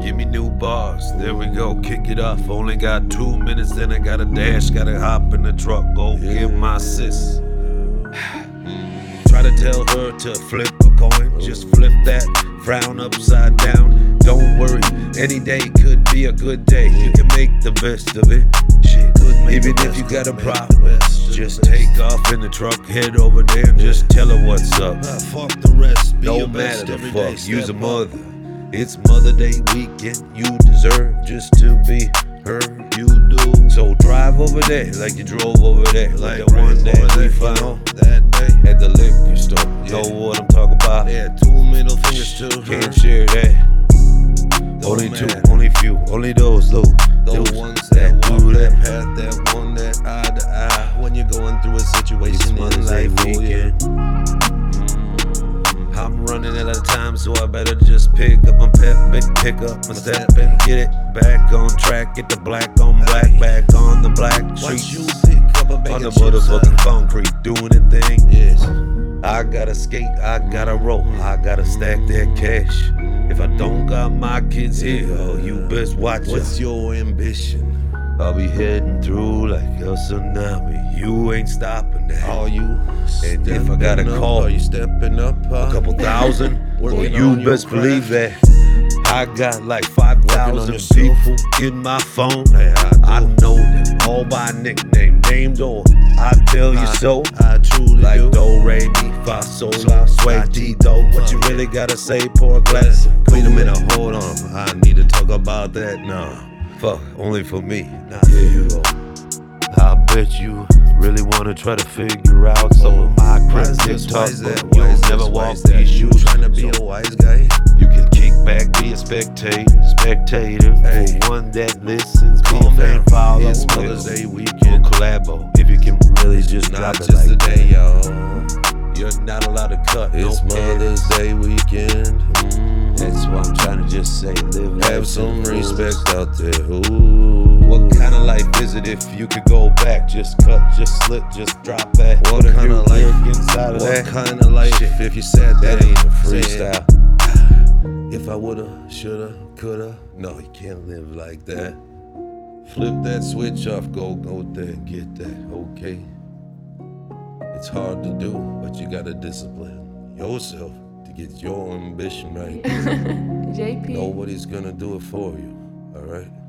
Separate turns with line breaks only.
Give me new bars. There we go. Kick it off. Only got two minutes, then I gotta dash. Gotta hop in the truck. Go get my sis. Try to tell her to flip a coin. Just flip that frown upside down. Don't worry, any day could be a good day. You can make the best of it. Shit, even if you got a problem, just take off in the truck, head over there, and just tell her what's up.
Nah, fuck the rest. Be your
Don't
best
matter the
every day.
fuck. Use a
Step up.
mother. It's Mother Day weekend. You deserve just to be her. You do. So drive over there like you drove over there. Like,
Like
the one
Ray's
that
over
we
there, you
found
know, that day.
at the liquor store. Know
Yeah.
what I'm talking about?
Yeah, two middle fingers to her.
Can't share that.
Don't
Only two,
matter.
only few, only those though.
The
Those
ones that
do
walk that
that.
path, that one that eye to eye. When you're going through a
It's
situation in
Mother's Day
life, oh yeah.
weekend. I'm running out of time, so I better just pick up my pep, pick, pick up my step and get it back on track. Get the black on black, back on the black
Once you
streets.
pick up a bag
On the
of chips, uh,
motherfucking concrete, doing a thing.
yes.
I gotta skate, I gotta roll, I gotta stack
Mm-hmm.
that cash. If I don't got my kids here, oh, you best watch
What's
it.
your ambition?
I'll be heading through like a tsunami. You ain't stopping that.
Are you?
And if I
stepping
got a
up?
call,
are you stepping up? huh?
a couple thousand. Well,
Working
you
on your
best
craft.
believe that. I got like 5,000
yourself.
people in my phone.
Yeah, I
I
do.
know them all by nickname, named or I tell you
I-
so.
I truly
Like
do.
do, re, mi, fa, sol, la,
la,
sue,
ti,
ti, do.
uh,
What you really gotta say, pour a glass.
Bless. Wait a
Cool
minute,
it.
hold on. I need to talk about that now.
Fuck, only for me, not
Yeah.
for you. I bet you really wanna try to figure out some of my
Why is
cryptic
this? Why
talk,
is
but
that? Why
you'll
is
never
this? Why
walk
is that?
these
You
shoes.
trying to be
So
a wise guy?
You can kick back, be a spectator, spectator,
Hey.
for one that listens, be a
Calm
fan,
down.
follow.
It's
with.
Mother's Day
Or
weekend.
collabo, if you can really just
Not
drop it
just
like
a day, y'all.
that. You're not allowed to cut.
It's
no
Mother's
edits.
Day weekend.
That's what I'm trying to just say. Live life to the
Have some
fullest.
respect out there. Ooh.
What kind of life is it if you could go back? Just cut, just slip, just drop that.
What
Put a
kind
new
of life?
work inside of that?
What kind of life?
Shit.
If you said that,
That ain't a
said,
freestyle.
If I woulda, shoulda, coulda. No, you can't live like that. Flip that switch off, go, go there, get that, okay? It's hard to do, but you gotta discipline yourself to get your ambition right.
JP.
Nobody's gonna do it for you, alright?